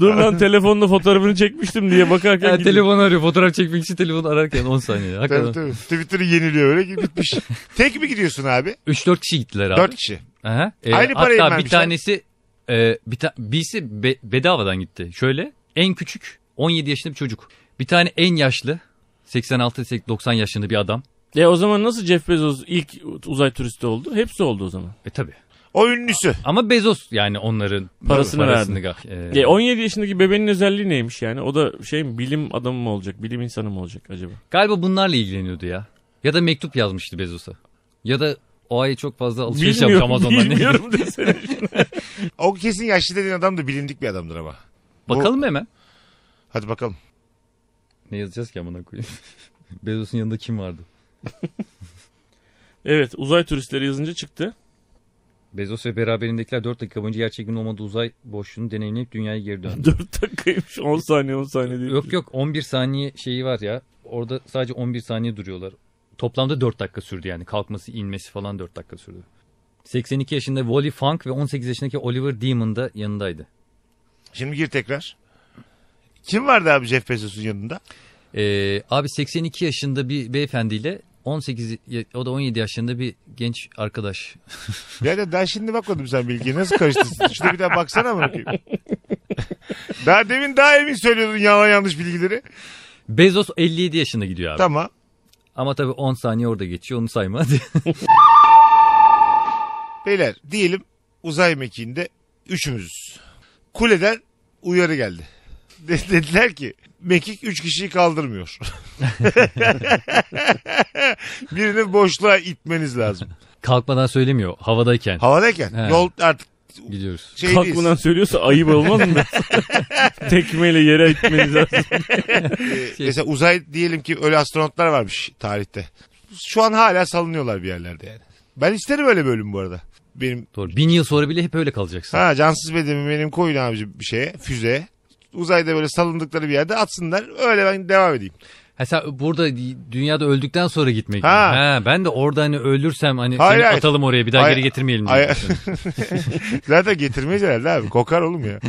C: dur lan telefonla fotoğrafını çekmiştim diye bakarken
B: Ya
C: gidiyor.
B: telefon arıyor. Fotoğraf çekmek için telefon ararken 10 saniye.
A: Tabii
B: Hakikaten.
A: tabii. Twitter'ı yeniliyor öyle bitmiş. Tek mi gidiyorsun abi?
B: 3-4 kişi gittiler abi.
A: 4 kişi.
B: Aha. Ee,
A: Aynı parayı
B: Hatta bir
A: vermişler.
B: tanesi e, bir ta- birisi be- bedavadan gitti. Şöyle en küçük 17 yaşında bir çocuk. Bir tane en yaşlı 86-90 yaşında bir adam.
C: E o zaman nasıl Jeff Bezos ilk uzay turisti oldu? Hepsi oldu o zaman.
B: E tabi.
A: O ünlüsü.
B: Ama Bezos yani onların
C: Parasını
B: ga- e,
C: E 17 yaşındaki bebeğin özelliği neymiş yani? O da şey mi bilim adamı mı olacak? Bilim insanı mı olacak acaba?
B: Galiba bunlarla ilgileniyordu ya. Ya da mektup yazmıştı Bezos'a. Ya da o ay çok fazla alışveriş yapmış Amazon'dan. Ne bileyim.
C: bilmiyorum desene.
A: O kesin yaşlı dediğin adam da bilindik bir adamdır ama.
B: Bakalım hemen.
A: Hadi bakalım.
B: Ne yazacağız ki amına koyayım. *laughs* Bezos'un yanında kim vardı?
C: evet uzay turistleri yazınca çıktı.
B: Bezos ve beraberindekiler 4 dakika boyunca yer çekiminin olmadığı uzay boşluğunu deneyimleyip dünyaya geri
C: *laughs*
B: döndü.
C: 4 dakikaymış 10 saniye 10 saniye değil.
B: yok yok 11 saniye şeyi var ya. Orada sadece 11 saniye duruyorlar. Toplamda 4 dakika sürdü yani. Kalkması, inmesi falan 4 dakika sürdü. 82 yaşında Wally Funk ve 18 yaşındaki Oliver Demon da yanındaydı.
A: Şimdi gir tekrar. Kim vardı abi Jeff Bezos'un yanında?
B: Ee, abi 82 yaşında bir beyefendiyle 18 ya- o da 17 yaşında bir genç arkadaş.
A: Ya da daha şimdi bakmadım sen bilgiye. Nasıl karıştırdın? Şuna bir daha baksana mı? daha demin daha emin söylüyordun yalan yanlış bilgileri.
B: Bezos 57 yaşında gidiyor abi.
A: Tamam.
B: Ama tabii 10 saniye orada geçiyor onu sayma. *laughs*
A: Beyler diyelim uzay mekiğinde üçümüzüz. Kuleden uyarı geldi. *laughs* De- dediler ki mekik üç kişiyi kaldırmıyor. *laughs* Birini boşluğa itmeniz lazım.
B: Kalkmadan söylemiyor havadayken.
A: Havadayken
B: He.
A: yol artık
B: Gidiyoruz.
A: şey değil.
C: Kalkmadan söylüyorsa ayıp olmaz *laughs* mı? Tekmeyle yere itmeniz *laughs* lazım.
B: Şey-
A: E, Mesela uzay diyelim ki öyle astronotlar varmış tarihte. Şu an hala salınıyorlar bir yerlerde yani. Ben isterim öyle bir bölüm bu arada. Benim
B: Doğru. Bin yıl sonra bile hep öyle kalacaksın.
A: ha cansız bedenimi benim koyun abici bir şeye, füzeye. Uzayda böyle salındıkları bir yerde atsınlar. Öyle ben devam edeyim.
B: Ha sen burada dünyada öldükten sonra gitmek.
A: Ha.
B: Ha. ben de orada hani ölürsem hani
A: Hayır,
B: seni
A: hayır.
B: atalım oraya bir daha
A: Hayır.
B: geri getirmeyelim. diye.
A: Ay- *laughs* Zaten getirmeyiz herhalde abi. Kokar oğlum ya.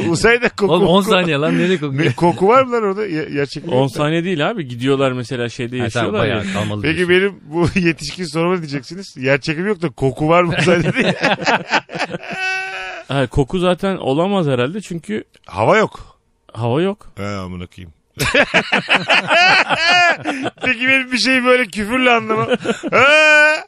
A: *laughs* Uzayda koku.
B: Oğlum 10
A: koku-
B: saniye lan nereye
A: Ne,
B: kokuyor?
A: koku var mı lan orada? Ya- Gerçek mi?
C: 10 saniye değil abi gidiyorlar mesela şeyde
B: Ha, sen
C: yaşıyorlar ya.
B: bayağı kalmalı.
A: Peki
B: diyorsun.
A: benim bu *laughs* yetişkin soruma diyeceksiniz. Yer çekimi yok da koku var
B: *laughs*
A: mı uzayda diye.
C: Ha, koku zaten olamaz herhalde çünkü
A: Hava yok.
C: hava yok.
A: He amına koyayım. *laughs* Peki benim bir şeyi böyle küfürle anlamam. He.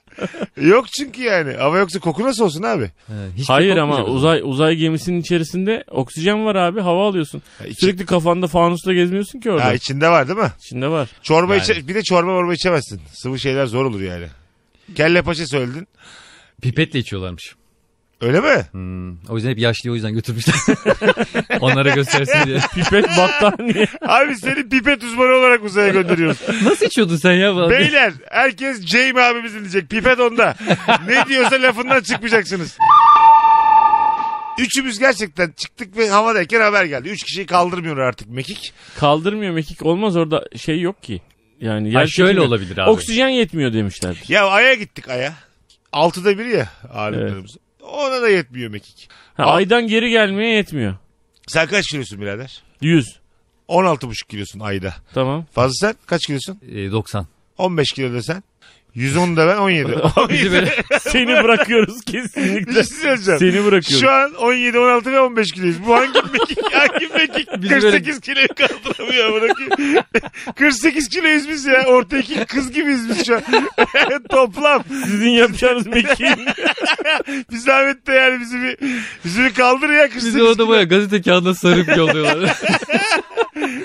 A: yok çünkü yani. Hava yoksa koku nasıl olsun abi?
B: Ha, hiç de
C: Hayır
B: kokmayacak
C: ama
B: o zaman.
C: uzay uzay gemisinin içerisinde oksijen var abi hava alıyorsun. Sürekli kafanda fanusla gezmiyorsun ki orada.
A: Ha, içinde var değil mi?
C: İçinde var.
A: Çorba
B: Yani.
A: içe, bir de çorba morba içemezsin. Sıvı şeyler zor olur yani. Kelle paça söyledin.
B: Pipetle içiyorlarmış.
A: Öyle mi?
B: Hmm. O yüzden hep yaşlıyı o yüzden götürmüşler. *laughs* Onlara göstersin diye. *laughs*
C: Pipet battaniye.
A: Abi seni pipet uzmanı olarak uzaya gönderiyoruz.
B: Nasıl içiyordun sen ya?
A: Beyler herkes Jamie abimiz dinleyecek. Pipet onda. Ne diyorsa lafından çıkmayacaksınız. Üçümüz gerçekten çıktık ve havadayken haber geldi. Üç kişiyi kaldırmıyor artık mekik.
C: Kaldırmıyor mekik olmaz orada şey yok ki. Yani yer
B: Ha, şöyle
C: çekimi-
B: olabilir abi.
C: Oksijen yetmiyor demişler.
A: Ya Ay'a gittik Ay'a. Altıda biri ya ağırlıklarımız. Ona da yetmiyor mekik.
C: Ha,
A: Al-
C: aydan geri gelmeye yetmiyor.
A: Sen kaç kilosun birader?
C: 100.
A: 16,5 kilosun ayda.
C: Tamam. *laughs*
A: Fazla sen kaç kilosun?
B: Ee, 90.
A: 15 kilo desen. 110 da ben
C: *laughs*
A: 17.
B: Bizi böyle
C: Seni bırakıyoruz
A: Bir şey
C: kesinlikle.
A: söyleyeceğim.
C: Seni bırakıyoruz.
A: Şu an 17, 16 ve 15 kiloyuz. Bu
B: *laughs*
A: hangi mekik? Hangi mekik?
B: Biz
A: 48 kiloyu kaldıramıyor. *laughs* Bırakayım. 48 kiloyuz biz ya. Orta iki kız gibiyiz biz şu an. *laughs* Toplam.
C: Sizin
A: *laughs*
C: yapacağınız mekiğin.
A: Bir zahmet de yani bizi bir, bizi bir kaldır ya. 48
B: bizi orada baya gazete kağıdına sarıp
C: *laughs*
B: yolluyorlar.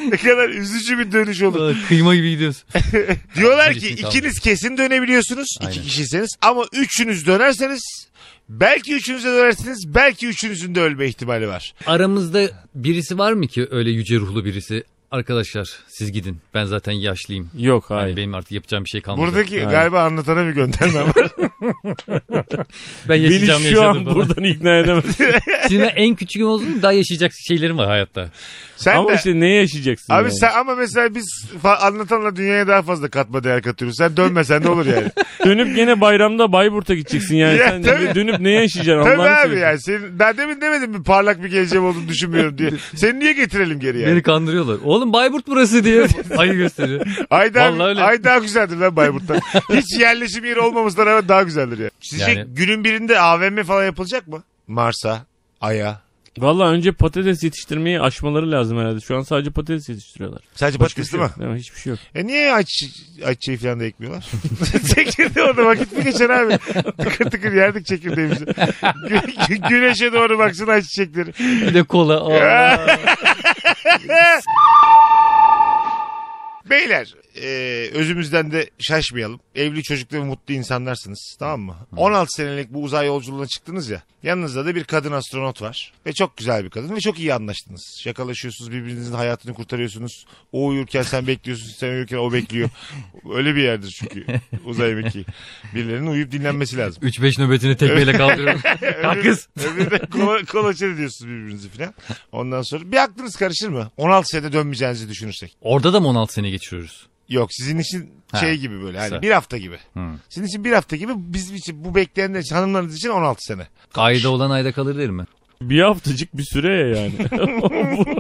A: Ne kadar üzücü bir dönüş olur.
B: Kıyma gibi gidiyoruz.
A: Diyorlar ki
B: Birisini kaldır.
A: ikiniz kesin dönebiliyorsunuz. iki
B: Aynen.
A: kişiyseniz. Ama üçünüz dönerseniz belki üçünüze dönersiniz. Belki üçünüzün de ölme ihtimali var.
B: Aramızda birisi var mı ki öyle yüce ruhlu birisi? Arkadaşlar siz gidin. Ben zaten yaşlıyım.
C: Yok
B: Yani
C: hayır.
B: benim artık yapacağım bir şey kalmadı.
A: Buradaki
C: Aynen.
A: galiba anlatana bir gönderme var.
B: ben
C: Beni
B: yaşayacağım
C: şu
B: yaşadım
C: an
B: falan.
C: buradan
A: *laughs*
C: ikna edemez.
B: Şimdi ben en küçüğüm olsun daha yaşayacak şeylerim var
C: *laughs*
B: hayatta.
A: Sen
C: Ama
A: de...
C: işte ne yaşayacaksın?
A: Abi
C: yani?
A: sen ama mesela biz fa- anlatanla dünyaya daha fazla katma değer katıyoruz. Sen dönmesen de olur
C: *laughs*
A: yani.
C: Dönüp gene bayramda Bayburt'a gideceksin yani.
A: *laughs* Ya
C: sen
A: tabii.
C: dönüp ne yaşayacaksın?
A: Tabii
C: Allah'ını
A: abi
C: seversen.
A: yani. Senin, daha demin demedin mi parlak bir geleceğim olduğunu düşünmüyorum
C: *laughs*
A: diye. Seni niye getirelim geri yani?
B: Beni kandırıyorlar. Oğlum Bayburt burası
C: *laughs*
B: diye ayı gösteriyor.
A: Ay daha,
B: Vallahi öyle.
A: ay daha güzeldir lan
C: *laughs*
A: Bayburt'ta. Hiç yerleşim yeri olmamızdan rağmen daha güzeldir yani. Sizce
B: Yani-
A: günün birinde AVM falan yapılacak mı? Mars'a, Ay'a.
C: Valla önce patates yetiştirmeyi aşmaları lazım herhalde. Şu an sadece
A: *laughs*
C: patates yetiştiriyorlar.
A: Sadece
C: Başka
A: patates
C: bir şey
A: değil mi?
C: yok. Değil mi? Hiçbir şey yok.
A: E niye aç, aççayı falan da ekmiyorlar? *laughs* Çekirdeği orada vakit mi geçer abi? Tıkır tıkır yerdik
C: *laughs*
A: çekirdeğimizi. Gü- gü- güneşe doğru baksın aç çiçekleri.
B: Bir de kola. Aa.
A: Beyler e, özümüzden de şaşmayalım. Evli çocuklu ve mutlu insanlarsınız tamam mı? 16 senelik bu uzay yolculuğuna çıktınız ya. Yanınızda da bir kadın astronot var. Ve çok güzel bir kadın ve çok iyi anlaştınız. Şakalaşıyorsunuz birbirinizin hayatını kurtarıyorsunuz. O uyurken sen bekliyorsun sen uyurken o bekliyor. Öyle bir yerdir çünkü uzay mekiği. Birilerinin uyuyup dinlenmesi lazım.
B: 3-5 nöbetini tekmeyle kaldırıyorum. Kalk kız.
A: Öbürü de kola, kolaçan ediyorsunuz birbirinizi falan. Ondan sonra bir aklınız karışır mı? 16 senede dönmeyeceğinizi düşünürsek.
B: Orada da mı 16 sene geçiriyoruz?
A: Yok sizin için
B: Ha.
A: şey gibi böyle hani
B: Güzel.
A: bir hafta gibi.
B: Hı.
A: Sizin için bir hafta gibi bizim için bu bekleyenler için hanımlarınız için 16 sene.
B: Ayda olan ayda kalır derim ben.
C: Bir haftacık bir
A: *laughs*
C: süre ya yani. *laughs* Bu-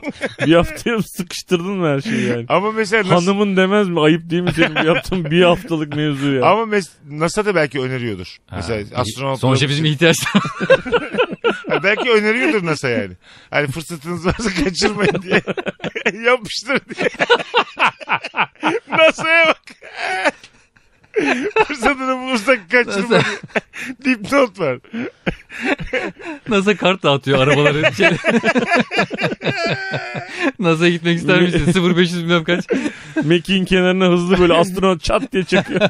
C: bir haftaya sıkıştırdın mı her şeyi yani?
A: Ama mesela nasıl,
C: Hanımın demez mi? Ayıp değil mi senin bu yaptığın bir haftalık mevzu ya?
A: ama mes- NASA da belki öneriyordur.
B: Ha.
A: Mesela astronot
B: Sonuçta bizim ihtiyaçlarımız.
A: Ha, belki öneriyordur NASA yani. Hani fırsatınız varsa kaçırmayın diye. *laughs* Yapıştır diye. *laughs* NASA'ya bak. *laughs* Fırsatını bulursak kaçırma diye. *laughs* Dipnot var.
B: *laughs* NASA kart dağıtıyor *laughs* arabalara. Şey. NASA'ya gitmek ister *laughs* misin? 0500 bilmem kaç.
C: Mekin kenarına hızlı *laughs* böyle astronot çat diye çakıyor.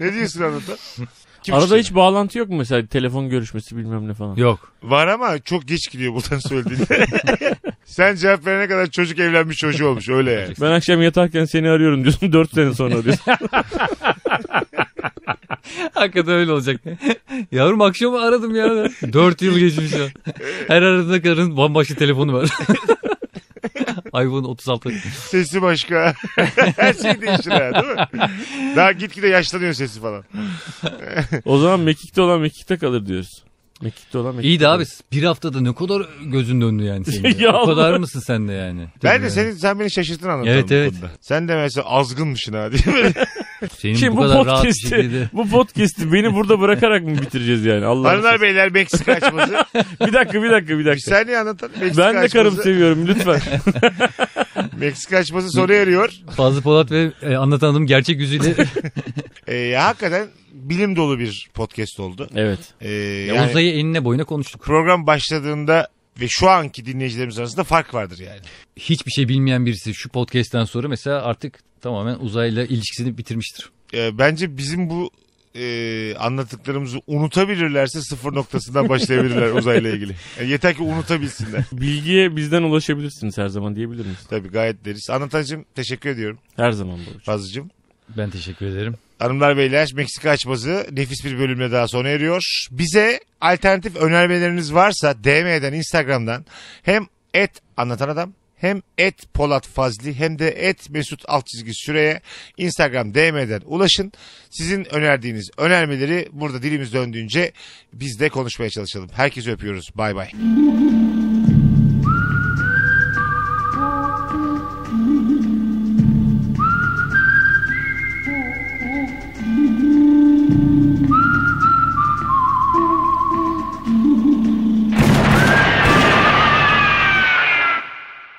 A: Ne diyorsun anlatan? Kim
C: Arada
A: işte?
C: hiç bağlantı yok mu mesela? Telefon görüşmesi bilmem ne falan.
B: Yok.
A: Var ama çok geç gidiyor buradan söylediğinde. *laughs* Sen cevap verene kadar çocuk evlenmiş çocuğu olmuş öyle yani.
C: Ben akşam yatarken seni arıyorum diyorsun. *laughs* Dört sene sonra diyorsun.
B: Hakikaten öyle olacak. Yavrum akşam aradım ya. 4 yıl geçmiş ya. Her aradığında karın bambaşka telefonu var. *laughs* iPhone 36.
A: Sesi başka. *laughs* Her şey değişir ha değil mi? Daha gitgide yaşlanıyor sesi falan.
C: o zaman mekikte olan mekikte kalır diyoruz. Mekikte olan mekikte
B: İyi de
C: kalır.
B: abi bir haftada ne kadar gözün döndü yani senin.
C: Ya
B: *laughs* ya. O
C: Allah.
B: kadar mısın sen de yani?
A: Ben de seni, sen beni şaşırttın anlatan
B: Evet,
A: bu
B: evet.
A: konuda. Sen de mesela azgınmışsın ha değil mi?
B: Senin
C: Şimdi
B: bu
C: bu,
B: kadar rahat bir
C: podcast'i
B: şekilde.
C: bu podcast'i beni burada bırakarak mı bitireceğiz yani? Allah
A: Hanımlar beyler Meksika açması.
B: *laughs*
C: Bir dakika bir dakika bir
A: Bir
C: dakika.
A: saniye anlatan. Meksika
C: Ben de karım
A: açması.
C: seviyorum lütfen.
A: Meksika açması sona eriyor.
B: Fazlı Polat ve e, anlatan adam gerçek yüzüyle
A: Ee, hakikaten bilim dolu bir podcast oldu.
C: evet.
A: Ee,
B: Ya
A: yani
B: Uzayı enine boyuna konuştuk.
A: program başladığında ve şu anki dinleyicilerimiz arasında fark vardır yani.
B: Hiçbir şey bilmeyen birisi şu podcast'ten sonra mesela artık tamamen uzayla ilişkisini bitirmiştir.
A: e, bence bizim bu e, anlattıklarımızı unutabilirlerse sıfır noktasından başlayabilirler uzayla ilgili. Yani yeter ki unutabilsinler.
C: Bilgiye bizden ulaşabilirsiniz her zaman diyebilir miyiz?
A: Tabii gayet deriz. Anlatacığım teşekkür ediyorum
C: Her zaman Barış.
A: Fazlıcığım.
B: Ben teşekkür ederim.
A: Hanımlar beyler Meksika açması nefis bir bölümle daha sona eriyor. Bize alternatif önermeleriniz varsa DM'den Instagram'dan hem et anlatan adam hem et Polat Fazli hem de et Mesut alt çizgi süreye Instagram DM'den ulaşın. Sizin önerdiğiniz önermeleri burada dilimiz döndüğünce biz de konuşmaya çalışalım. Herkesi öpüyoruz. Bay bay.